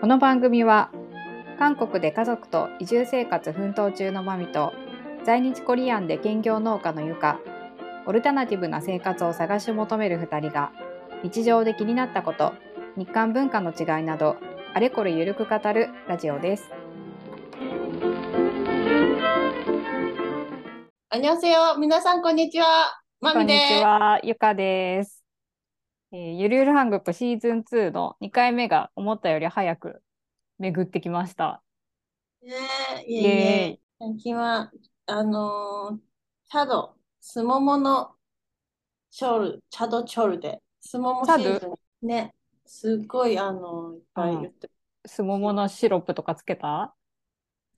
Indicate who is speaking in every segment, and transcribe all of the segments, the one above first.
Speaker 1: この番組は韓国で家族と移住生活奮闘中のマミと在日コリアンで兼業農家のユカオルタナティブな生活を探し求める2人が日常で気になったこと日韓文化の違いなどあれこれゆるく語るラジオです。
Speaker 2: 안녕하세요.
Speaker 1: こんにち
Speaker 2: 皆さん、こんにちは。マミです。
Speaker 1: は、ゆかです。えーゆるゆるハングップシーズン2の2回目が思ったより早く巡ってきました。
Speaker 2: ねえ、
Speaker 1: イ
Speaker 2: いえいえ。最近は、あのー、チャド、スモモのチョル、チャドチョルで、スモモシーズン。ね、すっごい、あのー、いっぱい言ってる。
Speaker 1: ーイすもものシロップとかつけた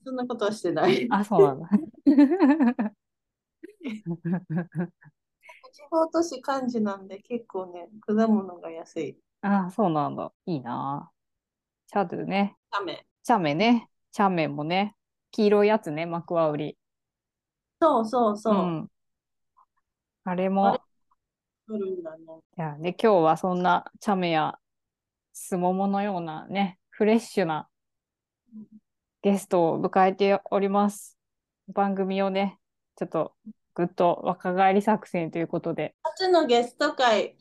Speaker 2: そんなことはして ない。
Speaker 1: あ、そうなんだ。
Speaker 2: 地方都市漢字なんで、結構ね、果物が安い。
Speaker 1: あ、そうなんだ。いいな。チャドゥね。
Speaker 2: ダメ。
Speaker 1: チャメね。チャメもね。黄色いやつね、マクワウリ。
Speaker 2: そうそうそうう。
Speaker 1: ん。あれ
Speaker 2: あ
Speaker 1: も
Speaker 2: れ。取るんだね。
Speaker 1: いや、で、今日はそんなチャメやスモモのようなね、フレッシュな
Speaker 2: うん
Speaker 1: ゲストを迎えております。番組をね、ちょっとぐっと若返り作戦ということで。
Speaker 2: 初のゲスト会、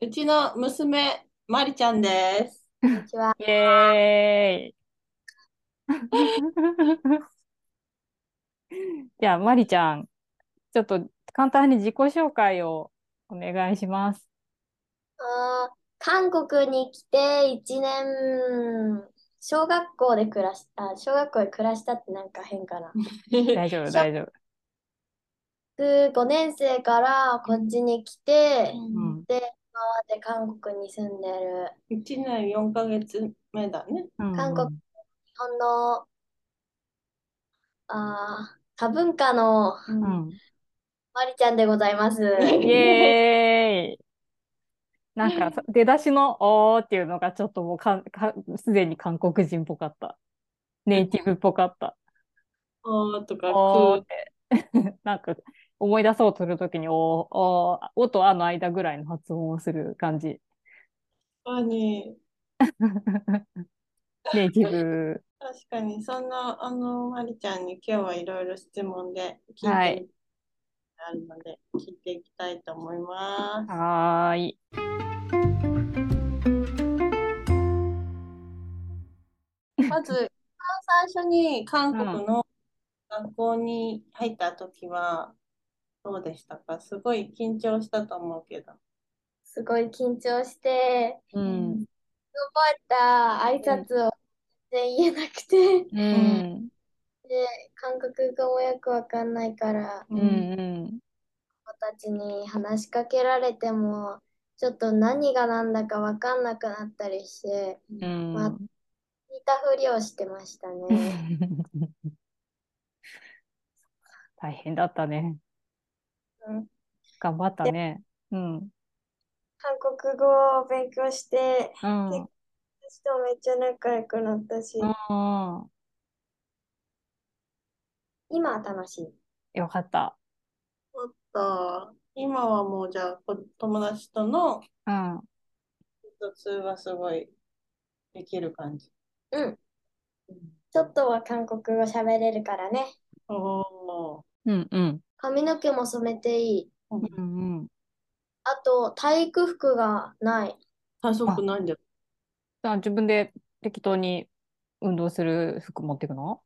Speaker 2: うちの娘、マリちゃんです。
Speaker 3: こんにちは。
Speaker 1: イエーイ じゃあ、まりちゃん、ちょっと簡単に自己紹介をお願いします。
Speaker 3: あー韓国に来て1年、小学校で暮らし、あ、小学校で暮らしたってなんか変かな。
Speaker 1: 大丈夫、大丈夫。
Speaker 3: 5年生からこっちに来て、
Speaker 1: う
Speaker 2: うん
Speaker 1: ん、
Speaker 3: 今まで韓国に住んでる、
Speaker 2: 1年4ヶ月目だね。
Speaker 1: うん
Speaker 3: 韓国日本の、あー多文化の
Speaker 1: うん
Speaker 3: まりちゃんでございます。
Speaker 1: イエーイなん かさ出だしの「おー」っていうのがちょっともうかんかすでに韓国人っぽかった。ネイティブっぽかった。
Speaker 2: おーとか、
Speaker 1: おー
Speaker 2: く
Speaker 1: って なんか思い出そうとするときに「おー」おー「お」と「あ」の間ぐらいの発音をする感じ。
Speaker 2: ーかに、
Speaker 1: ネイティブ。
Speaker 2: 確かに、そんな、あの、まりちゃんに今日はいろいろ質問で聞いてみ
Speaker 1: はい
Speaker 2: あるので、聞いていきたいと思います。
Speaker 1: はーい。
Speaker 2: まず、一番最初に韓国の学校に入った時は、どうでしたかすごい緊張したと思うけど。
Speaker 3: すごい緊張して、
Speaker 1: うん。
Speaker 3: 覚えた挨拶を全然言えなくて、
Speaker 1: うん。うん。
Speaker 3: 韓国語もよくわかんないから、
Speaker 1: う。ん。
Speaker 3: 子たちに話しかけられてもちょっと何が何だか分かんなくなったりして
Speaker 1: う
Speaker 3: まあ
Speaker 1: ん。
Speaker 3: 似たふりをしてましたね。
Speaker 1: 大変だったね。
Speaker 3: うん
Speaker 1: 頑張ったね。うん。
Speaker 3: 韓国語を勉強して
Speaker 1: うん。
Speaker 3: 結私とめっちゃ仲良くなったし
Speaker 1: うん。
Speaker 3: 今は楽しい。
Speaker 1: よかった。
Speaker 2: おっと、今はもうじゃあ、こ友達との
Speaker 1: うん。
Speaker 2: 通話すごいできる感じ。
Speaker 3: うん、
Speaker 2: うん
Speaker 3: ちょっとは韓国語喋れるからね。
Speaker 2: おー
Speaker 1: うんうん。
Speaker 3: 髪の毛も染めていい。
Speaker 1: うんうん。
Speaker 3: あと体育服がない。
Speaker 2: 多足なんじゃ。
Speaker 1: じゃあ自分で適当に運動する服持っていくの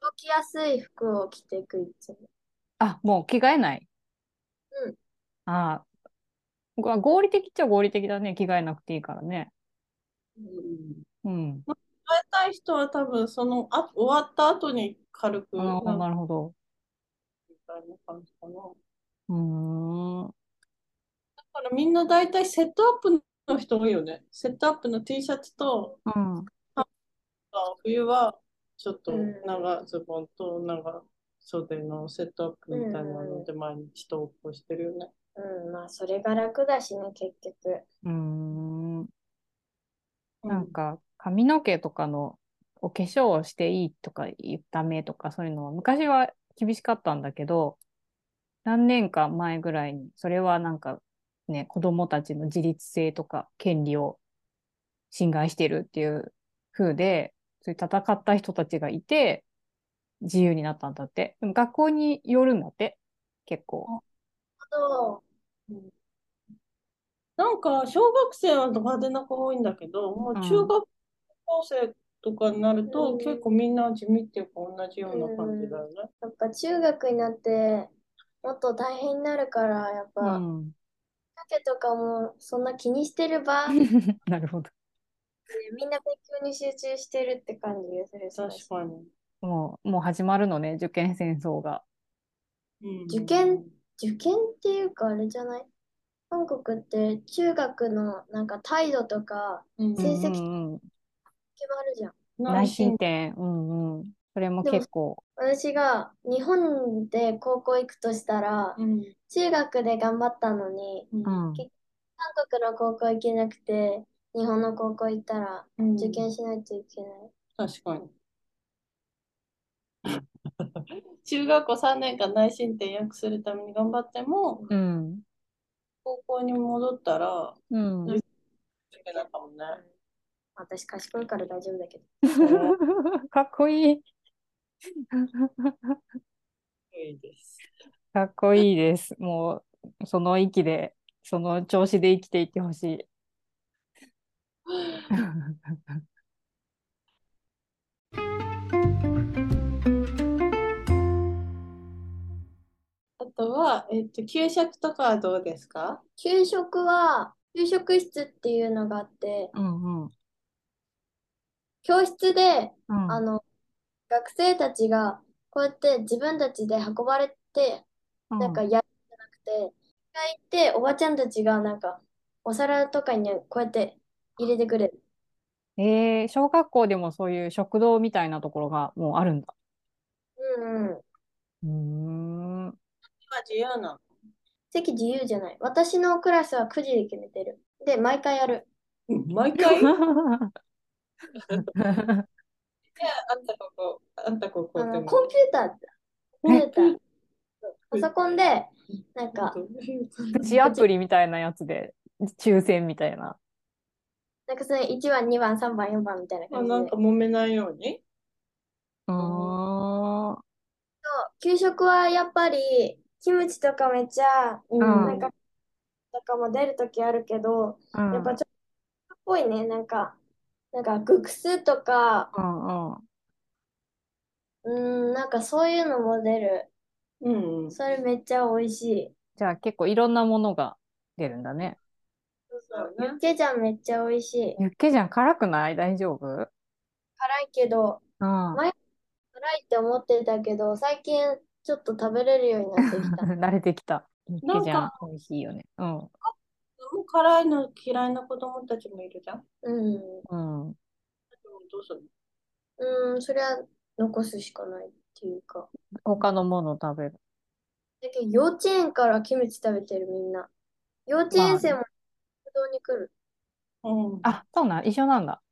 Speaker 3: 動きやすい服を着ていくいつも。
Speaker 1: あ、もう着替えない。
Speaker 3: うん。
Speaker 1: ああ。うわ合理的っちゃ合理的だね。着替えなくていいからね。
Speaker 2: うん。
Speaker 1: うん。
Speaker 2: 変えたい人は多分そのあ終わった後に軽く
Speaker 1: ああ、
Speaker 2: なん
Speaker 1: なるほど。
Speaker 2: みたいな感じかな。だ
Speaker 1: うーん。
Speaker 2: からみんな大体セットアップの人多いよね。セットアップの T シャツと、
Speaker 1: うん。
Speaker 2: あ冬はちょっと
Speaker 3: うん
Speaker 2: 長ズボンと長袖のセットアップみたいなので毎日投稿してるよね。
Speaker 3: うん、まあそれが楽だしね結局。
Speaker 1: うーん。
Speaker 2: う
Speaker 1: なんか髪の毛とかのお化粧をしていいとか言った目とかそういうのは昔は厳しかったんだけど何年か前ぐらいにそれはなんかね子供たちの自立性とか権利を侵害してるっていう風で、そういう戦った人たちがいて、自由になったんだって。でも学校によるんだって、結構。
Speaker 3: そう
Speaker 2: なんか、小学生はド派手な子多いんだけど、もう中
Speaker 1: うん
Speaker 2: 学校生とかになると、
Speaker 3: うん
Speaker 2: 結構みんな地味っていうか同じような感じだよね。
Speaker 3: やっぱ中学になってもっと大変になるからやっぱ、
Speaker 1: うん。
Speaker 3: 家計とかもそんな気にしてる場
Speaker 1: なるほど。
Speaker 3: みんな勉強に集中してるって感じがするし
Speaker 2: 確かに。
Speaker 1: もう、もう始まるのね、受験戦争が。
Speaker 2: うん
Speaker 3: 受験受験っていうかあれじゃない韓国って中学のなんか態度とか
Speaker 2: うん
Speaker 3: 成績
Speaker 1: うんうんうん
Speaker 3: 決まるじゃん。
Speaker 1: 内申点。うんうん。それも結構。
Speaker 3: 私が日本で高校行くとしたら
Speaker 2: うん
Speaker 3: 中学で頑張ったのに
Speaker 2: うん
Speaker 1: うん
Speaker 3: 韓国の高校行けなくて日本の高校行ったら
Speaker 2: うん
Speaker 3: 受験しないといけない。
Speaker 2: 確かに。 中学校3年間内申点訳するために頑張っても、
Speaker 1: うん。
Speaker 2: 高校に戻ったら、
Speaker 1: うん。
Speaker 2: 受験だったもんね。
Speaker 3: 私賢いから大丈夫だけど。
Speaker 1: かっこいい。
Speaker 2: いいです。
Speaker 1: かっこいいです。もう、その息で、その調子で生きていってほし い。
Speaker 2: あとは、えっと、給食とかはどうですか
Speaker 3: 給食は給食室っていうのがあって
Speaker 1: うんうん。
Speaker 3: 教室で
Speaker 1: うん
Speaker 3: あの学生たちがこうやって自分たちで運ばれてなんか
Speaker 1: うん
Speaker 3: やるんじゃなくて、一回行っておばちゃんたちがなんかお皿とかにこうやって入れてくれる。
Speaker 1: えー小学校でもそういう食堂みたいなところがもうあるんだ。
Speaker 3: うんうん。
Speaker 1: うーん。
Speaker 2: 今自由なの。
Speaker 3: 席自由じゃない。私のクラスは9時で決めてる。で、毎回やる。
Speaker 2: 毎回あん たここ、あんたここ
Speaker 3: あ
Speaker 2: って
Speaker 3: の
Speaker 2: も
Speaker 3: コンピューターだ、コンピューター。パソコンで、なんか、
Speaker 1: プチアプリみたいなやつで、抽選みたい な。
Speaker 3: なんかそれ1番、2番、3番、4番みたいな
Speaker 2: あ
Speaker 3: 感じ
Speaker 2: なん
Speaker 3: で
Speaker 2: か。揉めないように。
Speaker 1: うーん。
Speaker 3: 給食はやっぱり、キムチとかめっちゃ、
Speaker 2: うん
Speaker 3: なんか、とかも出るときあるけど、
Speaker 1: うん
Speaker 3: やっぱちょっと、っぽいね、なんか、なんか、グクスとか、
Speaker 1: うんうん。
Speaker 3: うん、なんかそういうのも出る。
Speaker 2: うんうん。
Speaker 3: それめっちゃ美味しい。
Speaker 1: じゃあ結構いろんなものが出るんだね。
Speaker 2: そうだね。
Speaker 3: ケジャンめっちゃ美味しい。
Speaker 1: ユッケジャン辛くない大丈夫うん。
Speaker 3: 辛いけど、
Speaker 1: 慣
Speaker 3: 辛いって思ってたけど、最近ちょっと食べれるようになってき た。
Speaker 1: れてきた。ユッケジャ
Speaker 2: な
Speaker 1: ン
Speaker 2: ん
Speaker 1: 美味しいよね。うん。
Speaker 2: でも辛いの嫌いな子供たちもいるじゃん。
Speaker 3: うん。
Speaker 1: うん。
Speaker 2: どうする
Speaker 3: うん、それは残すしかないっていうか。
Speaker 1: 他のものを食べる。
Speaker 3: だけど幼稚園からキムチ食べてるみんな。幼稚園生も食堂に来る。
Speaker 2: うん。
Speaker 1: あ、そうなん、一緒なんだ。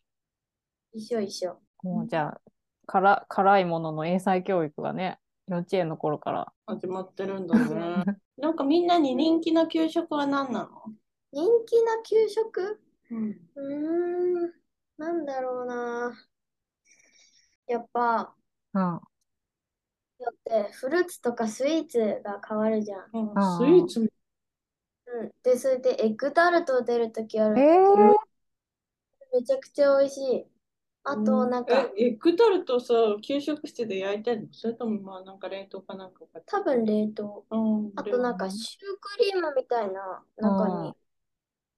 Speaker 3: 一緒一緒。
Speaker 1: もうじゃあ、辛辛いものの英才教育がね、幼稚園の頃から。
Speaker 2: 始まってるんだ ね。なんかみんなに人気の給食は何なの
Speaker 3: 人気な給食
Speaker 2: うん。
Speaker 3: うーん、なんだろうな。やっぱ、
Speaker 1: うん。
Speaker 3: だってフルーツとかスイーツが変わるじゃん。
Speaker 1: あー
Speaker 2: スイーツも
Speaker 3: うん。で、それでエッグタルト出るときある。
Speaker 1: えー、
Speaker 3: めちゃくちゃ美味しい。あと、なんか、
Speaker 2: え、エッグタルトさ、給食室で焼いてんのそれともまあなんか冷凍かなんか買って
Speaker 3: 多分冷凍。
Speaker 2: うん、
Speaker 3: あと、なんか、
Speaker 2: 冷
Speaker 3: シュークリームみたいな中に入っ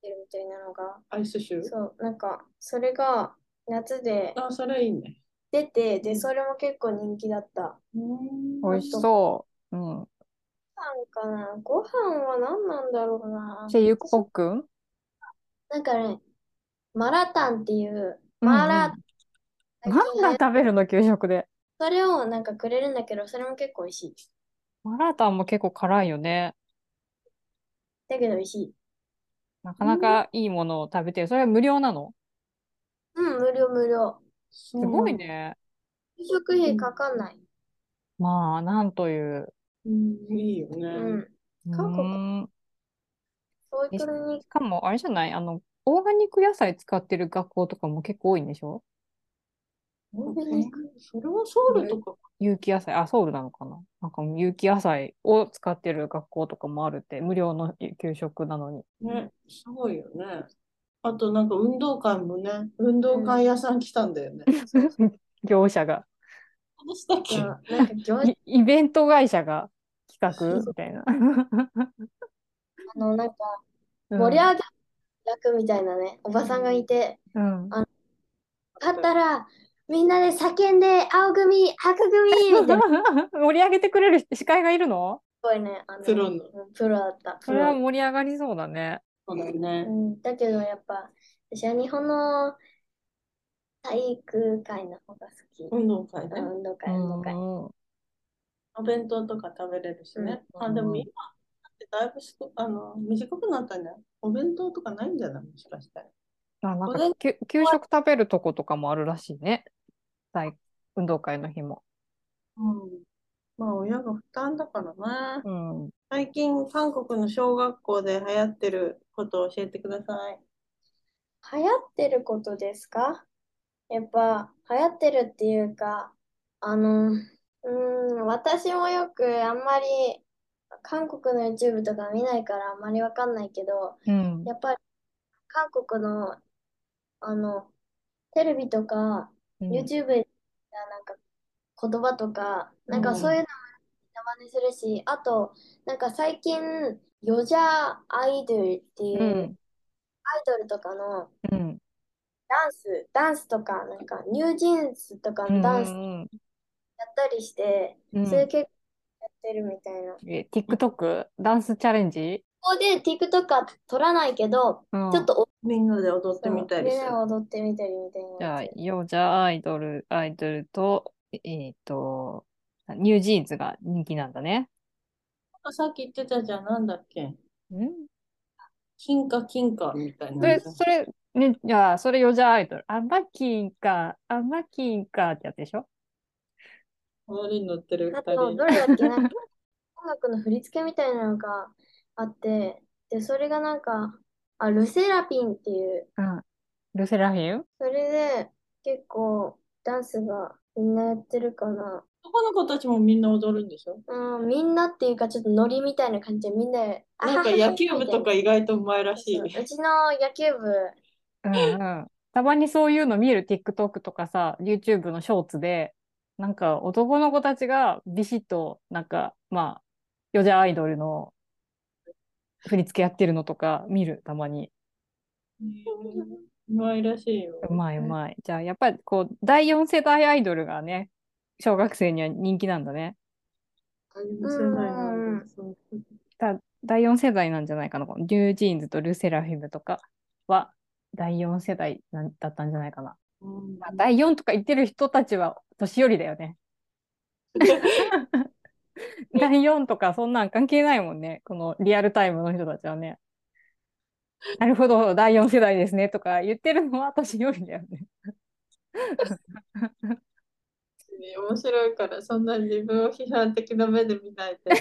Speaker 3: てるみたいなのが。
Speaker 2: 凍アイスシュー
Speaker 3: そう、なんか、それが夏で
Speaker 2: あ、それいいね。
Speaker 3: 出て、で、それも結構人気だった。
Speaker 2: うん
Speaker 1: 美味しそう。うん。
Speaker 3: ご飯かなご飯は何なんだろうな。
Speaker 1: じゃあ、ゆっこくん
Speaker 3: なんかね、マラタンっていう、マーラー
Speaker 1: うん
Speaker 3: 最
Speaker 1: うん
Speaker 3: 近
Speaker 1: なん
Speaker 3: ね
Speaker 1: だ食べるの、給食で。
Speaker 3: それをなんかくれるんだけど、それも結構美味しい。
Speaker 1: マラタンも結構辛いよね。
Speaker 3: だけど美味しい。
Speaker 1: なかなかいいものを食べてる。それは無料なの
Speaker 3: うん、無料無料。
Speaker 2: す
Speaker 1: すごい。ね。
Speaker 3: 給食費かかんない。
Speaker 1: まあ、なんという。
Speaker 2: うん、いいよね。
Speaker 3: うん。韓国
Speaker 1: 国。
Speaker 3: そういう国
Speaker 1: しかも、あれじゃないあの、オーガニック野菜使ってる学校とかも結構多いんでしょ
Speaker 3: 食べに行く。
Speaker 2: それはソウルとか
Speaker 1: 有機野菜、あ、ソウルなのかななんか有機野菜を使ってる学校とかもあるって、無料の給食なのに。
Speaker 2: ね、すごいよね。あとなんか運動会もね、運動会屋さん来たんだよね。
Speaker 1: 業者が、
Speaker 2: 話したっけ
Speaker 3: あなんか 行
Speaker 1: いイベント会社が企画みたい な。
Speaker 3: あの、なんか、
Speaker 1: うん
Speaker 3: 盛り上げ役みたいなね、おばさんがいて、
Speaker 1: うん
Speaker 3: 勝ったら、みんなで叫んで、青組、白組みたいな。す
Speaker 1: 盛り上げてくれる司会がいるの
Speaker 3: ごいね、あの、
Speaker 2: プロの
Speaker 3: うんプロだった。
Speaker 1: それは盛り上がりそうだね。
Speaker 2: そうだ
Speaker 3: う
Speaker 2: ね。
Speaker 3: ん、だけどやっぱ、私は日本の体育会の方が好き。
Speaker 2: 運動会
Speaker 3: あ
Speaker 2: ね。
Speaker 3: 運動会、運動会。
Speaker 1: うん
Speaker 2: お弁当とか食べれるしね。
Speaker 1: うん
Speaker 2: あ、でも今、だってだいぶすこあの短くなったね。お弁当とかないんじゃないもしかしたら。
Speaker 1: あなん
Speaker 2: 午前
Speaker 1: かきゅ給食食べるとことかもあるらしいね。体運動会の日も。
Speaker 2: うん。まあ親が負担だからね。
Speaker 1: うん、
Speaker 2: 最近、韓国の小学校で流行ってることを教えてください。
Speaker 3: 流行ってることですかやっぱ流行ってるっていうか、あの、うーん、私もよくあんまり韓国の YouTube とか見ないからあんまりわかんないけど、
Speaker 1: うん、
Speaker 3: やっぱり韓国のあの、テレビとか
Speaker 1: うん
Speaker 3: YouTube でなんか言葉とか、なんかそういうのも真似するし、あと、なんか最近、ヨジャアイドルってい
Speaker 1: う
Speaker 3: うアイ
Speaker 1: ん、
Speaker 3: ドルとかの、
Speaker 1: うん、
Speaker 3: ダンス、ダンスとか、なんか、ニュージーンズとか
Speaker 1: うん
Speaker 3: のダンスやっ
Speaker 1: うん
Speaker 3: たりして、
Speaker 1: うん
Speaker 3: それ結構やってるみたいな。
Speaker 1: え TikTok ダンスチャレンジ、
Speaker 3: ここで TikTok は撮らないけど、
Speaker 1: うん、
Speaker 3: ちょっと
Speaker 2: みんなで踊って
Speaker 3: お
Speaker 2: みたり
Speaker 3: み
Speaker 2: す
Speaker 3: んな
Speaker 2: る。
Speaker 3: が踊ってみたりみたい
Speaker 1: じゃ
Speaker 3: な
Speaker 1: あ
Speaker 3: やつ。
Speaker 1: ヨジャアイドルアイドルとえーっとニュージーンズが人気なんだね。
Speaker 2: あさっき言ってたじゃん、なんだっけ。
Speaker 1: ん
Speaker 2: 金貨金貨みたい
Speaker 1: そ
Speaker 2: な
Speaker 1: れ
Speaker 2: やつ。
Speaker 1: それねじゃあそれヨジャアイドルアマキンかアマキンかってやつでしょ？
Speaker 2: 周りに乗ってる
Speaker 3: あ
Speaker 2: 二
Speaker 3: と、
Speaker 2: 人
Speaker 3: ど。れだ っけな、音楽の振り付けみたいなのがあって、で、それがなんか、あ、ルセラピンっていう、
Speaker 1: うん。ルセラフィン？
Speaker 3: それで結構ダンスがみんなやってるかな。
Speaker 2: 男の子たちもみんな踊るんでしょ
Speaker 3: うん、みんなっていうか、ちょっとノリみたいな感じでみんなで、あ
Speaker 2: なんか野球部とか意外とうまいらしい。
Speaker 3: そううちの野球部、
Speaker 1: うんうん。たまにそういうの見る TikTok とかさ、YouTube のショーツで、なんか男の子たちがビシッと、なんか、まあ、ヨジャアイドルの振り付けやってるのとか見る、たまに。
Speaker 2: うまいらしいよ。
Speaker 1: うまいうまい。じゃあ、やっぱりこう、第4世代アイドルがね、小学生には人気なんだね。
Speaker 3: うん
Speaker 1: だ第4世代なんじゃないかな。このニュージーンズとルセラフィムとかは、第4世代なんだったんじゃないかな。
Speaker 2: うん
Speaker 1: まあ第4とか言ってる人たちは年寄りだよ ね。第4とかそんなん関係ないもんね。このリアルタイムの人たちはね。なるほど、第4世代ですねとか言ってるのは年寄りだよね。
Speaker 2: 面白いから、そんな自分を批判的な目で見ないで。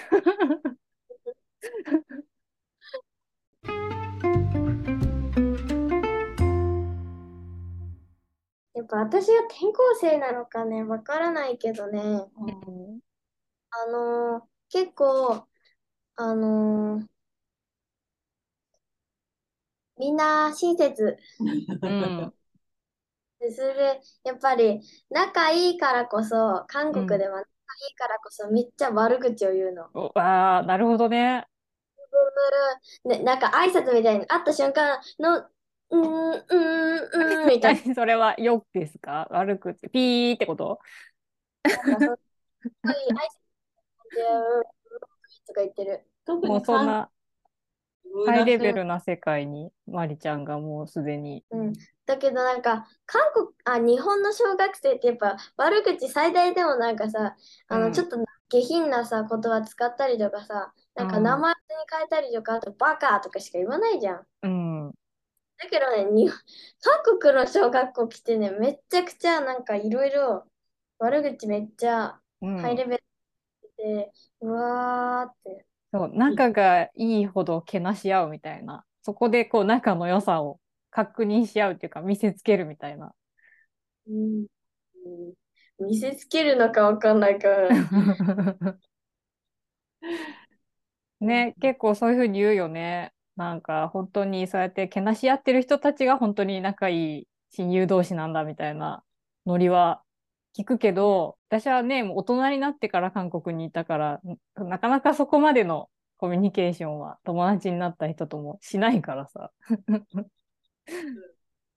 Speaker 3: やっぱ私が転校生なのかね、わからないけどね、あのー結構、あのーみんな親切。
Speaker 1: うん
Speaker 3: でそれで、やっぱり仲いいからこそ、韓国では仲いいからこそ、めっちゃ悪口を言うの。
Speaker 1: おあーなるほどね。
Speaker 3: ね、なんか挨拶みたいに会った瞬間の、うーん、うーん、うーん、みたいな。
Speaker 1: 何それはよくですか悪くて、ピーってこと
Speaker 3: なんかそうすごい挨拶でうんうんとか言ってる。
Speaker 2: 特
Speaker 1: もう
Speaker 2: に
Speaker 1: そん
Speaker 2: 韓
Speaker 1: な
Speaker 2: 国
Speaker 1: ハイレベルな世界にマリちゃんがもうすでに。
Speaker 3: うん、だけどなんか韓国あ日本の小学生ってやっぱ悪口最大でもなんかさあの、
Speaker 1: うん
Speaker 3: ちょっと下品なさ言葉使ったりとかさなんか
Speaker 1: うん
Speaker 3: 名前に変えたりとかあとバカとかしか言わないじゃん。
Speaker 1: うん。
Speaker 3: だけどねに韓国の小学校来てねめっちゃくちゃなんかいろいろ悪口めっちゃ
Speaker 1: うん
Speaker 3: ハイレベルで、うわーって。
Speaker 1: そう、仲がいいほどけなし合うみたいな。そこでこう仲の良さを確認し合うっていうか見せつけるみたいな。
Speaker 2: うん
Speaker 3: 見せつけるのかわかんないから。
Speaker 1: ね、結構そういうふうに言うよね。なんか本当にそうやってけなし合ってる人たちが本当に仲いい親友同士なんだみたいなノリは聞くけど、私はね、もう大人になってから韓国にいたから、なかなかそこまでのコミュニケーションは友達になった人ともしないからさ。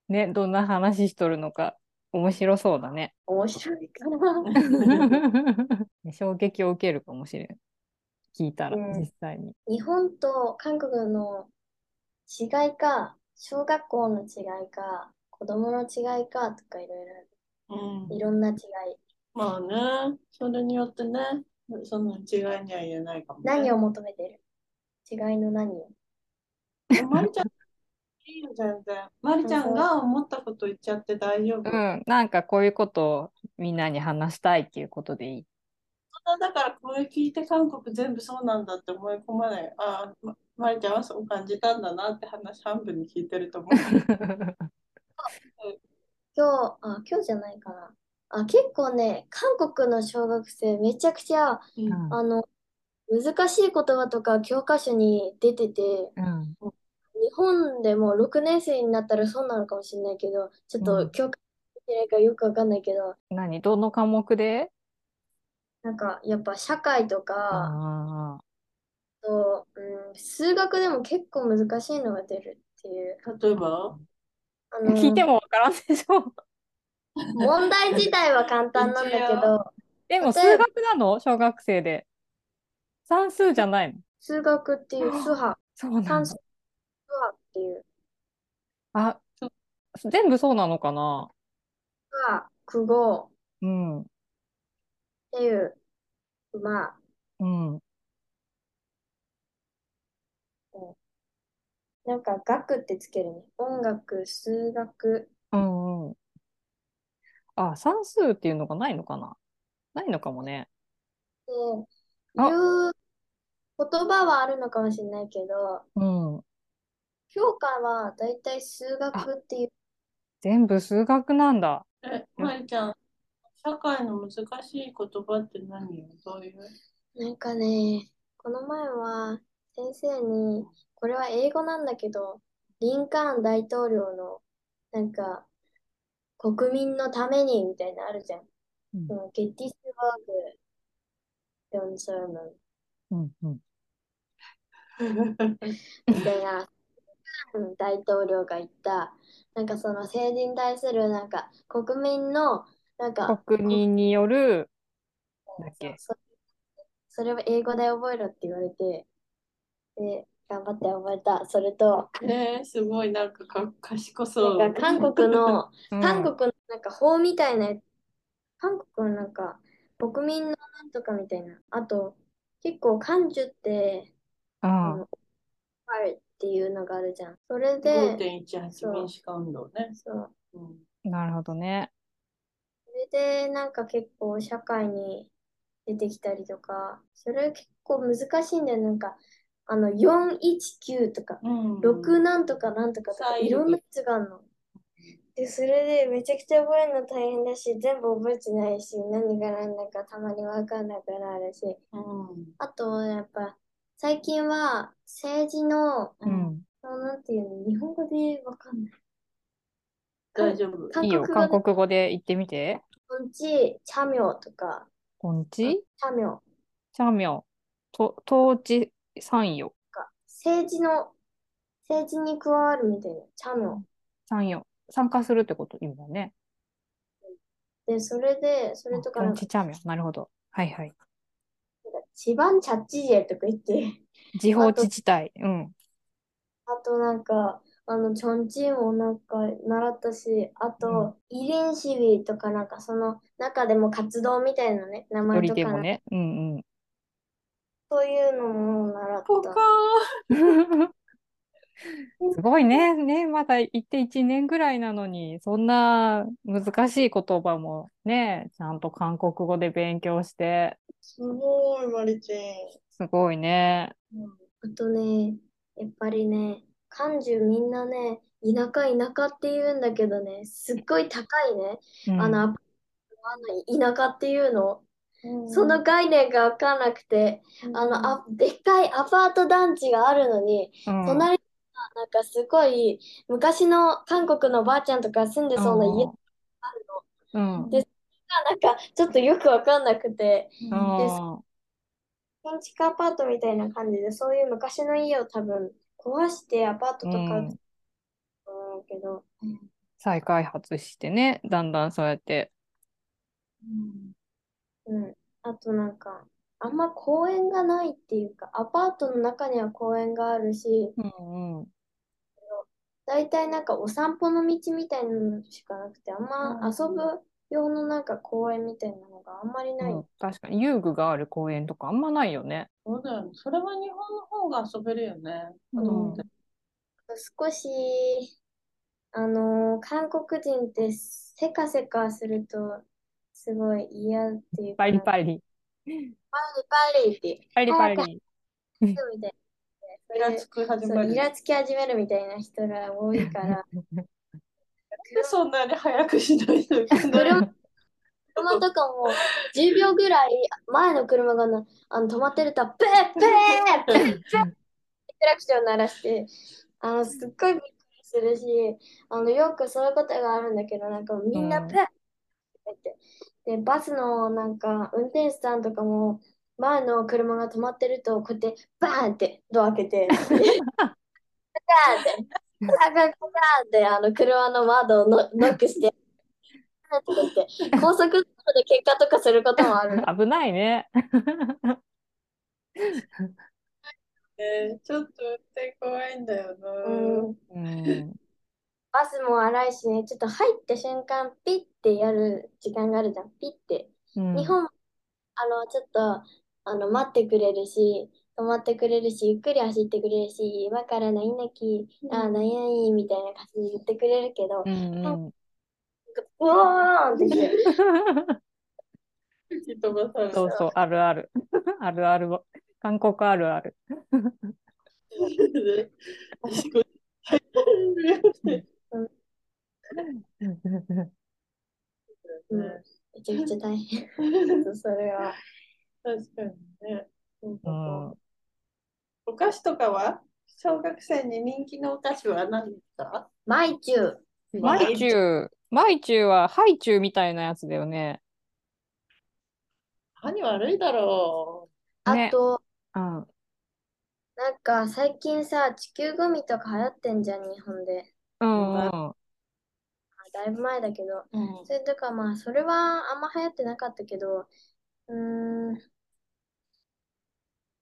Speaker 1: ね、どんな話しとるのか面白そうだね。
Speaker 3: 面白いかな。
Speaker 1: 衝撃を受けるかもしれん。聞いたら、
Speaker 3: うん
Speaker 1: 実際に。
Speaker 3: 日本と韓国の違いか、小学校の違いか、子供の違いかとかいろい
Speaker 2: うん
Speaker 3: ろ、いろんな違い。
Speaker 2: まあね、それによってね、そんな違いには言えないかも、ね。
Speaker 3: 何を求めてる違いの何を
Speaker 2: まりちゃん、いいよ、全然。まりちゃんが思ったこと言っちゃって大丈
Speaker 1: う
Speaker 2: 夫。大
Speaker 1: ん、なんかこういうことをみんなに話したいっていうことでいい。
Speaker 2: 人だからこれ聞いて韓国全部そうなんだって思い込まない。ああ、ままりちゃんはそう感じたんだなって話半分に聞いてると思う。
Speaker 3: 今日、あ、今日じゃないかな。あ、結構ね、韓国の小学生めちゃくちゃ、
Speaker 2: うん
Speaker 3: あの、難しい言葉とか教科書に出てて、
Speaker 1: うん、
Speaker 3: 日本でも6年生になったらそうなのかもしれないけど、ちょっ
Speaker 1: う
Speaker 3: と
Speaker 1: ん
Speaker 3: 教科書見てないからよくわかんないけど、
Speaker 1: 何どの科目で
Speaker 3: なんかやっぱ社会とか、
Speaker 1: あ
Speaker 3: と、うん、数学でも結構難しいのが出るっていう。
Speaker 2: 例えば、
Speaker 3: あ
Speaker 1: ー
Speaker 3: の、
Speaker 1: 聞いてもわからんでしょ
Speaker 3: 問題自体は簡単なんだけ
Speaker 2: 一
Speaker 3: ど、
Speaker 1: でも数学なの小学生で。算数じゃないの
Speaker 3: 数学っていう数波、
Speaker 1: そうなん
Speaker 3: 算
Speaker 1: だ
Speaker 3: 数、数波っていう。
Speaker 1: あ、全部そうなのかな
Speaker 3: が句号
Speaker 1: うん、う
Speaker 3: っていう、まあ、
Speaker 1: ん。
Speaker 3: なんか学ってつけるね。音楽、数学、
Speaker 1: うんうん。あ、算数っていうのがないのかなないのかもね。
Speaker 3: で、
Speaker 1: あ
Speaker 3: いう言葉はあるのかもしれないけど、
Speaker 1: うん。
Speaker 3: 教科はだいたい数学っていう、
Speaker 1: 全部数学なんだ。
Speaker 2: え、まりちゃん、社会の難しい言葉って何よどういう
Speaker 3: なんかね、この前は先生に、これは英語なんだけど、リンカーン大統領の、なんか、国民のためにみたいなのあるじゃん。
Speaker 1: うん
Speaker 3: そのゲッティスバーグ、ヨンソーマン。
Speaker 1: うんうん。
Speaker 3: みたいなうん大統領が言った、なんかその政治に対するなんか国民のなんか
Speaker 1: 国民による、だっけ。
Speaker 3: そそれを英語で覚えろって言われて、で、頑張って覚えた。それと、
Speaker 2: えー、すごいなんかか賢そう。
Speaker 3: なんか韓国の、
Speaker 1: うん
Speaker 3: 韓国のなんか法みたいなやつ、韓国のなんか国民のなんとかみたいな、あと結構漢字って、
Speaker 1: うん
Speaker 3: あの、あるっていうのがあるじゃん。それで、
Speaker 2: 5.18民主化運動ね。
Speaker 3: そう。
Speaker 2: うん
Speaker 1: なるほどね。
Speaker 3: それでなんか結構社会に出てきたりとか、それ結構難しいんだよ。なんか、あの、419とか、
Speaker 2: うん
Speaker 3: 6なんとかなんとかとか、
Speaker 2: うん
Speaker 3: いろんなやつがあるの。で、それでめちゃくちゃ覚えるの大変だし、全部覚えてないし、何が何だかたまにわかんなくなるし、
Speaker 2: うん
Speaker 3: あと、やっぱ、最近は政治の、
Speaker 1: う。ん。
Speaker 3: なんていうの、日本語でわかんない。
Speaker 2: 大丈夫。
Speaker 1: いいよ、韓
Speaker 3: 韓国語で、
Speaker 1: 国語で言ってみて。
Speaker 3: こんち、チャミョとか、
Speaker 1: こんち、
Speaker 3: チャミョ。
Speaker 1: チャミョ、と、統治参与、
Speaker 3: か政治の政治に加わるみたいなチャンネル
Speaker 1: 参与、参加するってこと、今ね。
Speaker 3: でそれでそれとか
Speaker 1: こ
Speaker 3: なんんか
Speaker 1: ちチャミョ、なるほど。はいはい。
Speaker 3: チバンチャッチジェとか言って
Speaker 1: 地方自治体、うん。
Speaker 3: あとなんかあのチョンチンをなんか習ったしあと、イリンシビとかなんかその中でも活動みたいなね名
Speaker 1: よ
Speaker 3: 前
Speaker 1: り
Speaker 3: とか
Speaker 1: でもね。うん
Speaker 3: そういうのも習っ
Speaker 2: ポカ
Speaker 3: た
Speaker 2: ー
Speaker 1: うん。すごいね。ね、まだ行って1年ぐらいなのに、そんな難しい言葉もね、ちゃんと韓国語で勉強して、
Speaker 2: すごい、マリちゃん。
Speaker 1: すごいね。
Speaker 3: あとねやっぱりね漢字みんなね田舎田舎って言うんだけどねすっごい高いね
Speaker 1: うん
Speaker 3: あの、アパートあの田舎っていうの、
Speaker 2: うん
Speaker 3: その概念が分かんなくて、あのあでっかいアパート団地があるのに、
Speaker 1: うん
Speaker 3: 隣にはなんかすごい昔の韓国のばあちゃんとか住んでそうな家が
Speaker 1: うんうん
Speaker 3: でなんかちょっとよく分かんなくて
Speaker 2: うん
Speaker 3: 建築アパートみたいな感じでそういう昔の家を多分壊してアパートとか
Speaker 1: うん
Speaker 3: と思うけど、
Speaker 1: 再開発してねだんだんそうやって
Speaker 3: うん、あとなんかあんま公園がないっていうかアパートの中には公園があるし
Speaker 1: うんうん
Speaker 3: だいたいなんかお散歩の道みたいなのしかなくてあんま遊ぶ用のなんか公園みたいなのがあんまりない、
Speaker 1: うん確かに遊具がある公園とかあんまないよね
Speaker 2: そうだよね。それは日本の方が遊べるよね。
Speaker 1: うん
Speaker 2: 子供って
Speaker 3: 少しあのー韓国人ってせかせかするとすごい嫌っていうか
Speaker 1: パリパリ
Speaker 3: パリパリ って
Speaker 1: パリパリ
Speaker 3: 言うみたい
Speaker 2: イ
Speaker 3: な
Speaker 2: ラつく始
Speaker 3: そ
Speaker 2: ま
Speaker 3: う
Speaker 2: る。
Speaker 3: イ
Speaker 2: なん
Speaker 3: ラつき始めるみたいな人が多い から
Speaker 2: でそんなに早くしないといけない
Speaker 3: 車車とかも10秒ぐらい前の車がなあの止まってるとペッペッペッペックラクション鳴らしてあのすっごいびっくりするしあのよくそういうことがあるんだけどなんかみんな
Speaker 1: うん
Speaker 3: ペッってでバスのなんか運転手さんとかも前の車が止まってるとこうやってバーンってドア開けてガーンってガーンガーンってあの車の窓をノノックして。ガーンとか言って高速道路で喧嘩とかすることも ある。
Speaker 1: 危ないね
Speaker 2: ね。ちょっと運転怖いんだよな。
Speaker 3: うん
Speaker 1: うん
Speaker 3: バスも荒いしね、ちょっと入った瞬間、ピッてやる時間があるじゃん、ピッて。
Speaker 1: うん
Speaker 3: 日本も、あの、ちょっと、あの、待ってくれるし、止まってくれるし、ゆっくり走ってくれるし、今から何々、ああ、何々、みたいな感じで言ってくれるけど、
Speaker 1: うんうん
Speaker 3: ブワーンって来 て、
Speaker 2: 吹き飛ばされ
Speaker 1: そうそうあるある あるあるを韓国あるある
Speaker 2: る。足腰
Speaker 3: うん
Speaker 2: ね
Speaker 3: めちゃくちゃ大変。そうそれは。
Speaker 2: 確かにね。そう
Speaker 1: う
Speaker 2: そうんお菓子とかは小学生に人気のお菓子は何ですか
Speaker 3: マイチュウ。
Speaker 1: マイチュウマイチュウはハイチュウみたいなやつだよね
Speaker 2: 歯に悪いだろ
Speaker 1: ね
Speaker 3: あと、
Speaker 1: うん
Speaker 3: なんか最近さ、地球グミとか流行ってんじゃん、日本で。
Speaker 1: うんうん
Speaker 3: あだいぶ前だけど。
Speaker 2: う。うん
Speaker 3: それとかまあそれはあんま流行ってなかったけどうーん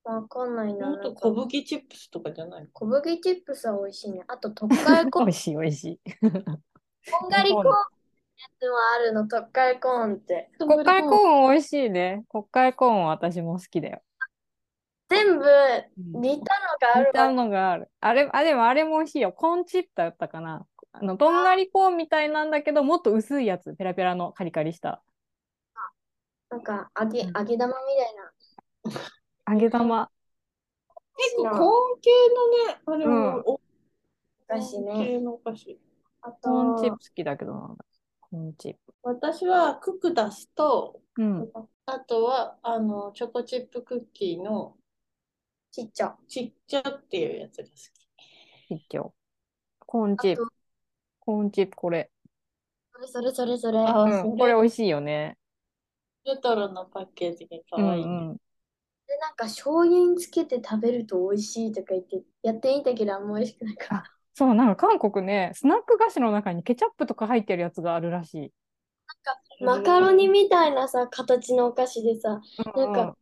Speaker 3: わかんないな
Speaker 2: もっ
Speaker 3: な
Speaker 2: と
Speaker 3: んか
Speaker 2: 小麦チップスとかじゃない
Speaker 3: 小麦チップスは美味しいねあととっかえコ ー
Speaker 1: 美
Speaker 3: ン
Speaker 1: 味しい美味しい
Speaker 3: こんがりコーンのやつもあるのとっかえコーンって
Speaker 1: 国会コーン美味しいね。国会コーン私も好きだよ。
Speaker 3: 全部似たのがあ
Speaker 1: 似
Speaker 3: る
Speaker 1: た
Speaker 3: わ
Speaker 1: のがある。あれ、あ、でもあれも美味しいよ。コーンチップだったかな。あの、とんがりコーンみたいなんだけど、もっと薄いやつ。ペラペラのカリカリした。
Speaker 3: なんか揚げ
Speaker 1: う
Speaker 3: 揚
Speaker 1: ん
Speaker 3: げ玉みたいな
Speaker 1: 揚げ玉。
Speaker 2: 結構コーン系のね、あれも、
Speaker 1: うん
Speaker 2: お
Speaker 3: お菓子
Speaker 2: コーン
Speaker 3: ね
Speaker 2: 系のお菓子。
Speaker 3: あ
Speaker 1: コーンチップ
Speaker 3: と
Speaker 1: 好きだけどなんだ。コーンチッ
Speaker 2: 私はククダスと、
Speaker 1: プ。うん。
Speaker 2: あとはあのチョコチップクッキーの
Speaker 3: ちっちゃ
Speaker 2: ちっちゃっていうやつが好き。
Speaker 1: 一応。コーン
Speaker 3: あ
Speaker 1: チップ
Speaker 3: と。
Speaker 1: コーンチップ、これ。
Speaker 3: それそれそれそれ
Speaker 2: あ
Speaker 1: う
Speaker 2: ーそ
Speaker 1: ん。
Speaker 2: れ
Speaker 1: これ美味しいよね。
Speaker 2: レトロなパッケージが
Speaker 1: う
Speaker 2: 可愛い、ね
Speaker 1: んうん。
Speaker 3: でなんか醤油につけて食べると美味しいとか言ってやってみたけどあんま美味しくなかった
Speaker 1: そう、なんか韓国ね、スナック菓子の中にケチャップとか入ってるやつがあるらしい。
Speaker 3: マカロニみたいなさ、形のお菓子でさ、なんか
Speaker 1: うんうん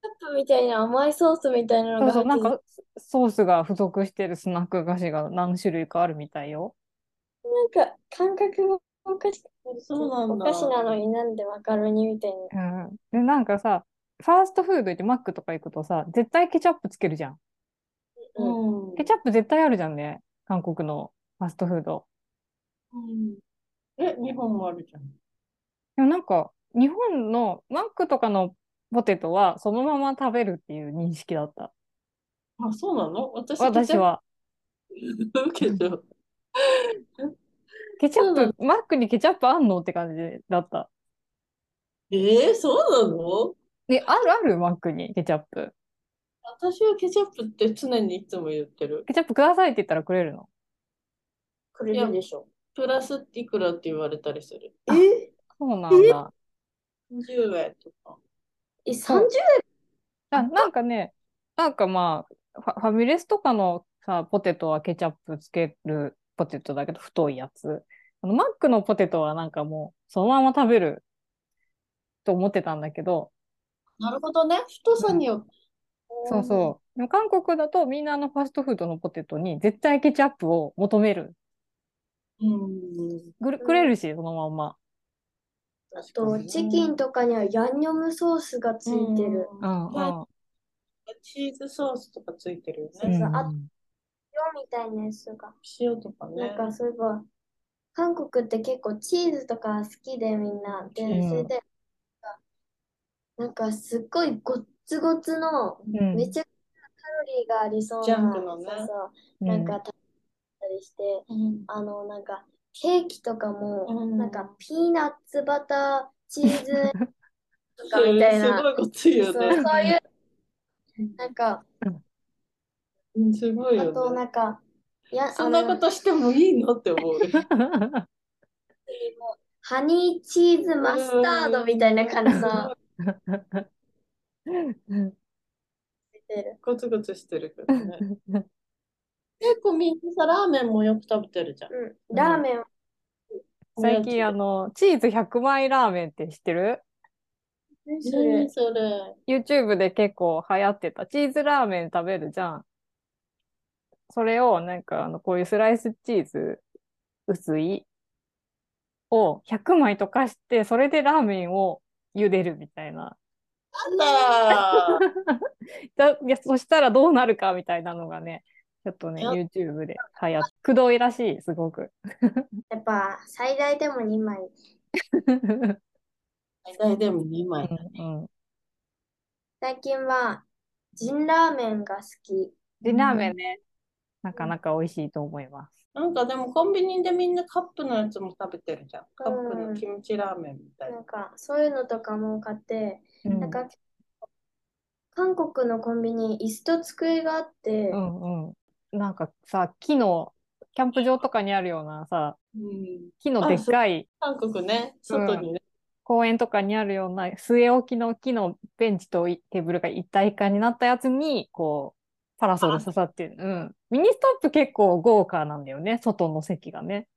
Speaker 3: カップみたいな甘いソースみたいなの
Speaker 1: そう
Speaker 3: が
Speaker 1: そう、な
Speaker 3: 入
Speaker 1: ん
Speaker 3: って
Speaker 1: か
Speaker 3: て、
Speaker 1: ソースが付属してるスナック菓子が何種類かあるみたいよ。
Speaker 3: なんか感覚がおかしく
Speaker 2: そうなん
Speaker 3: お
Speaker 2: だ。
Speaker 3: 菓子なのになんでマカロニみたいな。
Speaker 1: うん。で、なんかさ、ファーストフード行ってマックとか行くとさ、絶対ケチャップつけるじゃん。
Speaker 2: うん。
Speaker 1: ケチャップ絶対あるじゃんね。韓国のファーストフード。
Speaker 2: うんえ、日本もあるじゃん。
Speaker 1: でもなんか、日本のマックとかのポテトはそのまま食べるっていう認識だった。
Speaker 2: あ、そうなの私、
Speaker 1: 私は。
Speaker 2: ケチャップ。けど、
Speaker 1: ケチャ
Speaker 2: そうな
Speaker 1: ップ、マックにケチャップあんのって感じだった。
Speaker 2: えー、そうなの
Speaker 1: ね、あるあるマックにケチャップ。
Speaker 2: 私はケチャップって常にいつも言ってる。
Speaker 1: ケチャップくださいって言ったらくれるの。
Speaker 3: くれるでしょ。
Speaker 2: プラスいくらって言われたりする。
Speaker 3: ええ
Speaker 1: そうなんだ。
Speaker 2: 10円とか。
Speaker 3: え、30円
Speaker 1: ななんかね、なんかまあ、ファファミレスとかのさ、ポテトはケチャップつけるポテトだけど、太いやつ。あのマックのポテトはなんかもう、そのまま食べると思ってたんだけど、
Speaker 2: なるほどね。太さによって。
Speaker 1: そうそう。でも韓国だとみんなあのファストフードのポテトに絶対ケチャップを求める。
Speaker 2: うん。
Speaker 1: ぐるくれるし、そのまんま。
Speaker 3: あと、チキンとかにはヤンニョムソースがついてる。
Speaker 1: う
Speaker 2: うん
Speaker 1: んうん。
Speaker 2: まあチーズソースとかついてるよ
Speaker 3: う
Speaker 2: ね。
Speaker 3: そうあ
Speaker 1: うん
Speaker 3: よみたいなやつが。
Speaker 2: 塩とかね
Speaker 3: なん。かそういえば、韓国って結構チーズとか好きでみんな。で、
Speaker 1: うん
Speaker 3: それで、なんかすっごいごっつごつの、
Speaker 1: うん
Speaker 3: めちゃくちゃカロリーがありそうな、
Speaker 2: ジャンクのね
Speaker 3: そうそうう、
Speaker 1: ん
Speaker 3: なんか食べたりして、
Speaker 2: うん
Speaker 3: あの、なんかケーキとかも、
Speaker 2: うん
Speaker 3: なんかピーナッツバターチーズとか
Speaker 2: そう
Speaker 3: みたいな、
Speaker 2: すごいごつい
Speaker 3: そ
Speaker 2: よ
Speaker 3: うそう
Speaker 2: ね。
Speaker 3: いう、なんか、
Speaker 2: うんすごい
Speaker 3: あと
Speaker 2: よね。
Speaker 3: なんか、いや、
Speaker 2: そんな
Speaker 3: あ
Speaker 2: こ
Speaker 3: の
Speaker 2: としてもいいのって思う。
Speaker 3: ハニーチーズマスタードみたいな感じの出てる。
Speaker 2: ゴツゴツしてるからね。 結構みんなさ、ラーメンもよく食べてるじゃん。
Speaker 3: うん、ラーメン、
Speaker 1: 最近あの、チーズ100枚ラーメンって知ってる
Speaker 3: それ
Speaker 2: 何それ。
Speaker 1: ?YouTube で結構流行ってた。チーズラーメン食べるじゃん。それをなんかあの、こういうスライスチーズ薄いを100枚溶かして、それでラーメンを茹でるみたいな。
Speaker 2: なんだ
Speaker 1: だいやそしたらどうなるかみたいなのがね、ちょっとね、
Speaker 2: や
Speaker 1: YouTube で流行って、くどいらしい、すごく。
Speaker 3: やっぱ最大でも2枚。
Speaker 1: うん
Speaker 2: 最大でも2枚だね。
Speaker 1: うん
Speaker 3: 最近は、ジンラーメンが好き。
Speaker 1: で、ラーメンね、なかなか美味しいと思います。
Speaker 2: なんかでもコンビニでみんなカップのやつも食べてるじゃん。カップのキムチラーメンみたい
Speaker 3: な
Speaker 2: な。
Speaker 3: んか、そういうのとかも買って、
Speaker 1: うん
Speaker 3: なんか、韓国のコンビニ、椅子と机があって
Speaker 1: う、んうん。なんかさ、木の、キャンプ場とかにあるようなさ、
Speaker 2: うん、
Speaker 1: 木のでっかい
Speaker 2: 韓国ね、外にね。
Speaker 1: 公園とかにあるような据え置きの木のベンチといテーブルが一体化になったやつに、こう、パラソル刺さってる。うん。ミニストップ結構豪華なんだよね、外の席がね。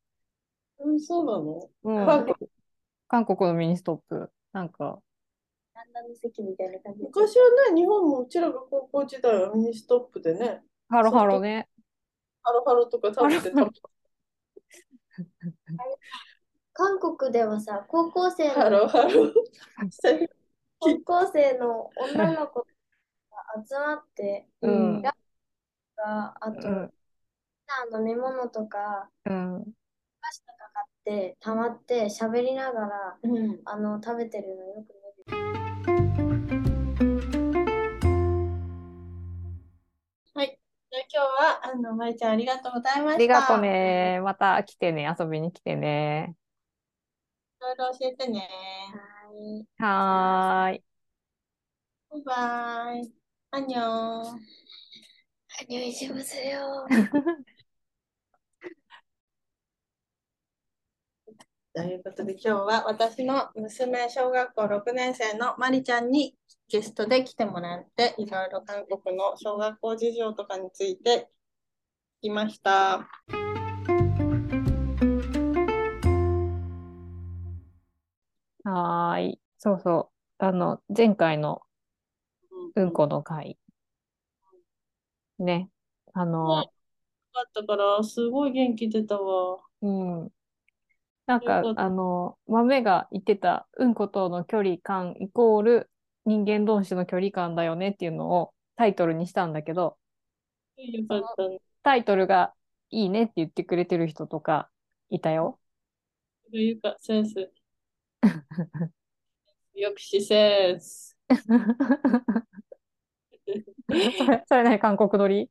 Speaker 2: うん、そうなの
Speaker 1: うん、
Speaker 2: 韓国
Speaker 1: 韓国のミニストップ。なんか、
Speaker 3: ランダム席みたいな感じ。
Speaker 2: 昔はね、日本もうちらが高校時代はミニストップでね、
Speaker 1: ハロハロね。
Speaker 2: ハロハロとか食べてたもん。
Speaker 3: 韓国ではさ、高校生
Speaker 2: ハ
Speaker 3: の、
Speaker 2: ロハ ロ。
Speaker 3: 高校生の女の子が集まって、
Speaker 1: うん。
Speaker 3: ラがあと、
Speaker 1: うん。
Speaker 3: 飲み物とか、
Speaker 1: うん。
Speaker 3: お菓子とか買って、溜まって、喋りながら、
Speaker 2: うん、
Speaker 3: あの、食べてるのよく見る。
Speaker 2: じゃあ今日は、あの、まいちゃんありがとうございました。
Speaker 1: ありがとう。ね。また来てね。遊びに来てね。
Speaker 2: いろいろ教えてね。
Speaker 3: はい。
Speaker 1: はーい。
Speaker 2: バイバイ。アンニョン。
Speaker 3: 匂いしますよ。
Speaker 2: ということで今日は私の娘小学校6年生のまりちゃんにゲストで来てもらっていろいろ韓国の小学校事情とかについて聞きました。
Speaker 1: はーい。そうそう。あの、前回のうんこの回。ね。あの、
Speaker 2: かったからすごい元気出たわ。
Speaker 1: うん。なんか
Speaker 2: よかっ、た
Speaker 1: あの、豆が言ってた、うんことの距離感イコール人間同士の距離感だよねっていうのをタイトルにしたんだけど、
Speaker 2: よかったね。
Speaker 1: タイトルがいいねって言ってくれてる人とかいた よ。
Speaker 2: というかセ ンス。よくしセンス。
Speaker 1: それ、 それね、韓国撮り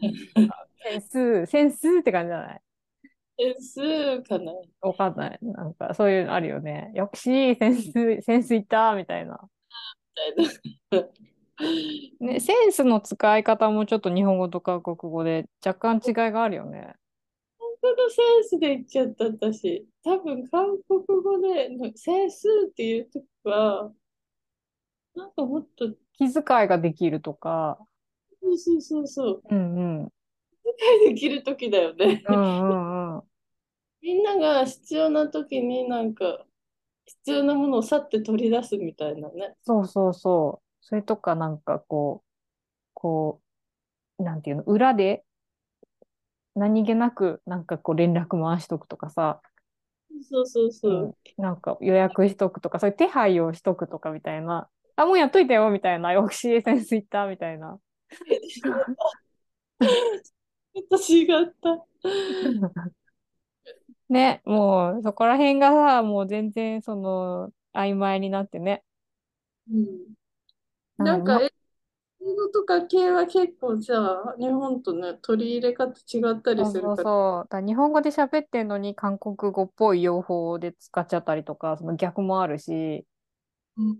Speaker 1: センス、センスって感じじゃない
Speaker 2: 数かな
Speaker 1: わかんない。なんか、そういうのあるよね。よくし、センス、センスいったみたいな。
Speaker 2: みたいな。
Speaker 1: ね、センスの使い方もちょっと日本語と韓国語で若干違いがあるよね。
Speaker 2: 本当のセンスで言っちゃった私。多分韓国語でのセンスっていうとこは、なんかもっと、
Speaker 1: 気遣いができるとか。
Speaker 2: そうそうそうそう。
Speaker 1: うんうん。
Speaker 2: 理解できる時だよね。
Speaker 1: うんうんうん。
Speaker 2: みんなが必要な時になんか必要なものを去って取り出すみたいなね。
Speaker 1: そうそうそう。それとかなんかこう、こう、なんていうの、裏で何気なくなんかこう連絡回しとくとかさ、
Speaker 2: そうそうそう。
Speaker 1: なんか予約しとくとか、そういう手配をしとくとかみたいな。あ、もうやっといたよみたいな。よく CA センスいったみたい な。
Speaker 2: 私があった。
Speaker 1: ね、もうそこら辺がさ、もう全然その曖昧になってね。
Speaker 2: うん、なんか、え英語とか系は結構さ、日本とね、取り入れ方違ったり
Speaker 1: そう
Speaker 2: する
Speaker 1: そう
Speaker 2: から。
Speaker 1: そう。だから日本語で喋ってんのに韓国語っぽい用法で使っちゃったりとか、その逆もあるし、
Speaker 2: うん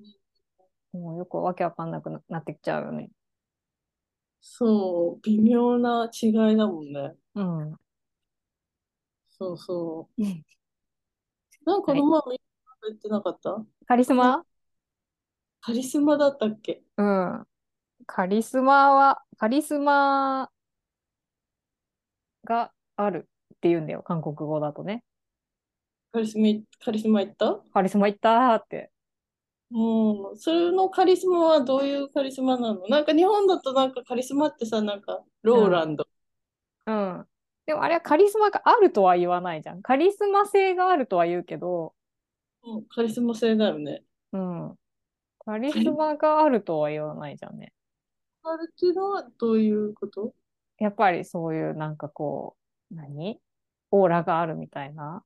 Speaker 1: もうよくわけわかんなくななってきちゃうよね。
Speaker 2: そう、微妙な違いだもんね。
Speaker 1: うん。
Speaker 2: そうそうう。
Speaker 1: ん
Speaker 2: なんかこの前も言ってなかった
Speaker 1: カリスマ
Speaker 2: カリスマだったっけ
Speaker 1: うん。カリスマは、カリスマがあるって言うんだよ、韓国語だとね。
Speaker 2: カリスマ、カリスマ言った
Speaker 1: カリスマいったーって。
Speaker 2: うん、それのカリスマはどういうカリスマなのなんか日本だとなんかカリスマってさ、なんかローランド。
Speaker 1: うん。でもあれはカリスマがあるとは言わないじゃん。カリスマ性があるとは言うけど、
Speaker 2: うん、カリスマ性だよね。
Speaker 1: うん。カリスマがあるとは言わないじゃんね。
Speaker 2: あるっていうのはどういうこと
Speaker 1: やっぱりそういうなんかこう、何オーラがあるみたいな。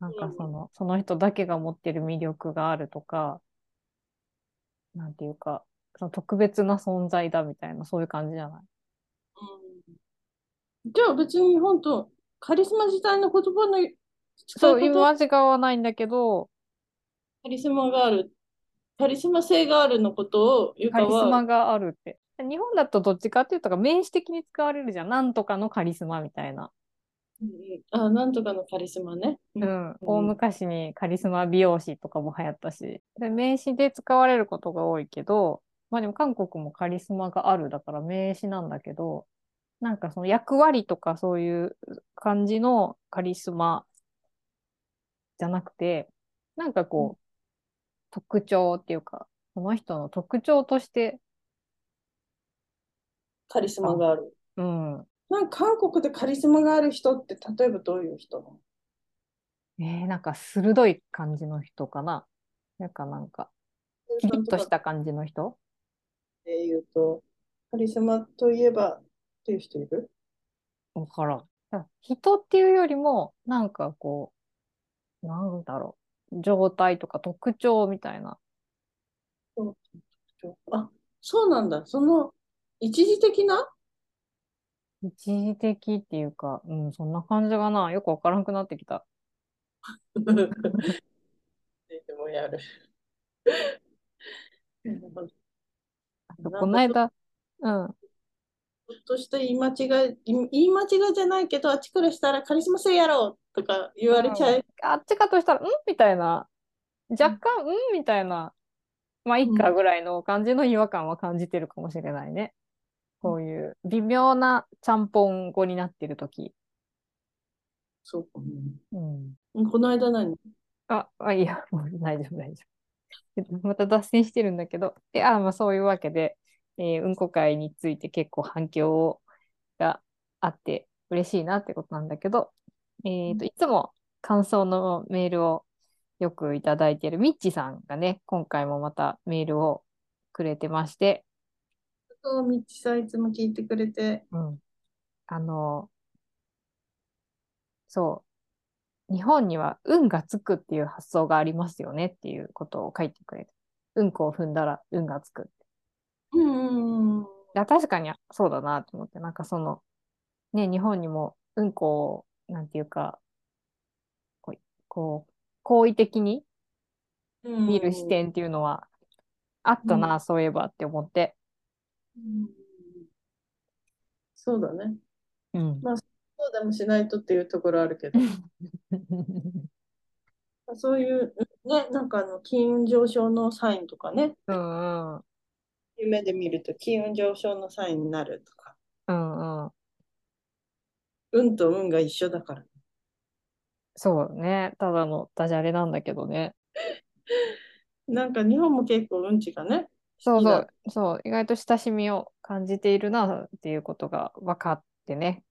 Speaker 1: なんかその、その人だけが持ってる魅力があるとか、なんていうか、その特別な存在だみたいな、そういう感じじゃない
Speaker 2: うんじゃあ別に日本とカリスマ自体の言葉の使い
Speaker 1: そう、
Speaker 2: 方
Speaker 1: 今は違わないんだけど、
Speaker 2: カリスマがある、カリスマ性があるのことをゆ
Speaker 1: カ
Speaker 2: か
Speaker 1: リス
Speaker 2: は、
Speaker 1: マがあるって。日本だとどっちかっていうと、名詞的に使われるじゃん。なんとかのカリスマみたいな。
Speaker 2: うんうんあ、なんとかのカリスマね。う
Speaker 1: うんん。大昔にカリスマ美容師とかも流行ったし、で名詞で使われることが多いけど、まあでも韓国もカリスマがあるだから名詞なんだけど、なんかその役割とかそういう感じのカリスマじゃなくて、なんかこう、特徴っていうか、その人の特徴として、
Speaker 2: カリスマがある。
Speaker 1: うん。
Speaker 2: なんか韓国でカリスマがある人って例えばどういう人なの
Speaker 1: えー、なんか鋭い感じの人かな。なんかなんか、キリッとした感じの人
Speaker 2: で言うと、カリスマといえばっていう人いる
Speaker 1: わからん。だから人っていうよりも、なんかこう、なんだろう、状態とか特徴みたいな。
Speaker 2: あ、そうなんだ。その一時的 な
Speaker 1: 一時的っていうか、うん、そんな感じがな、よくわからんくなってきた。
Speaker 2: でもやる。なるほどち
Speaker 1: この間、うん、
Speaker 2: ょっとした言い間違い、言い言い間違いじゃないけど、あっちからしたらカリスマ性やろうとか言われちゃう。
Speaker 1: あっちかとしたら、んみたいな、若干、うんみたいな、まあ、いっかぐらいの感じの違和感は感じてるかもしれないね。こういう微妙なちゃんぽん語になってる時
Speaker 2: そうかも
Speaker 1: うん。
Speaker 2: ねこの間何
Speaker 1: あ、あ、いや、 もう大丈夫、大丈夫。ま た脱線してるんだけど、で、あ、まあそういうわけで、えーうんこ会について結構反響があって嬉しいなってことなんだけど、えっと、いつも感想のメールをよくいただいているミッチさんがね、今回もまたメールをくれてまして、
Speaker 2: そう、みちさんいつも聞いてくれて。
Speaker 1: うん。あの、そう。日本には運がつくっていう発想がありますよねっていうことを書いてくれて。うんこを踏んだら運がつく。
Speaker 2: うんうんうん。
Speaker 1: いや、確かにそうだなと思って、なんかその、ね、日本にもうんこを、なんていうか、こう、好意的に
Speaker 2: うん
Speaker 1: 見る視点っていうのは、あったな、
Speaker 2: うん
Speaker 1: そういえばって思って。
Speaker 2: うんそうだね。
Speaker 1: うん。
Speaker 2: そうでもしないとっていうところあるけど、そういう、うんね、なんかあの、金運上昇のサインとかね、
Speaker 1: うんうん。
Speaker 2: 夢で見ると金運上昇のサインになるとか、
Speaker 1: うんうん。
Speaker 2: 運と運が一緒だから。
Speaker 1: そうね。ただのダジャレなんだけどね。
Speaker 2: なんか日本も結構運気がね、
Speaker 1: そうそ
Speaker 2: 好
Speaker 1: う、そう、意外と親しみを感じているなっていうことが分かってね、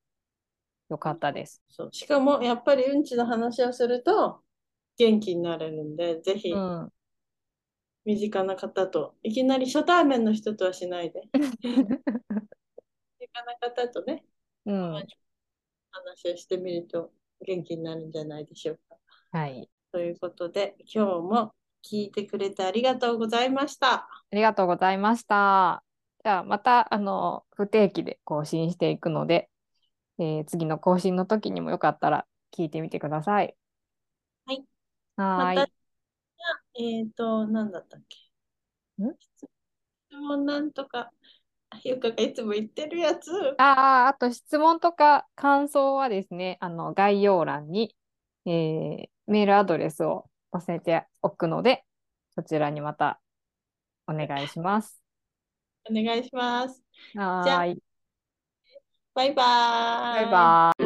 Speaker 1: よかったです。
Speaker 2: そう。しかもやっぱりうんちの話をすると元気になれるんで、ぜひ
Speaker 1: うん。
Speaker 2: 身近な方と、いきなり初対面の人とはしないで、身近な方とね、
Speaker 1: うん。
Speaker 2: 話をしてみると元気になるんじゃないでしょうか。
Speaker 1: はい。
Speaker 2: ということで、今日も聞いてくれてありがとうございました。
Speaker 1: ありがとうございました。じゃあ、また、あの、不定期で更新していくので、えー次の更新の時にもよかったら聞いてみてください。
Speaker 2: はい。
Speaker 1: は
Speaker 2: ま
Speaker 1: ー
Speaker 2: た
Speaker 1: い。、
Speaker 2: えっ、と、なんだったっけ。
Speaker 1: ん
Speaker 2: 質問なんとか、ゆかがいつも言ってるやつ。
Speaker 1: ああ、あと質問とか感想はですね、あの、概要欄に、えーメールアドレスを載せておくので、そちらにまたお願いします。
Speaker 2: お願いします。
Speaker 1: はーい。
Speaker 2: バイバー
Speaker 1: バイバーイ。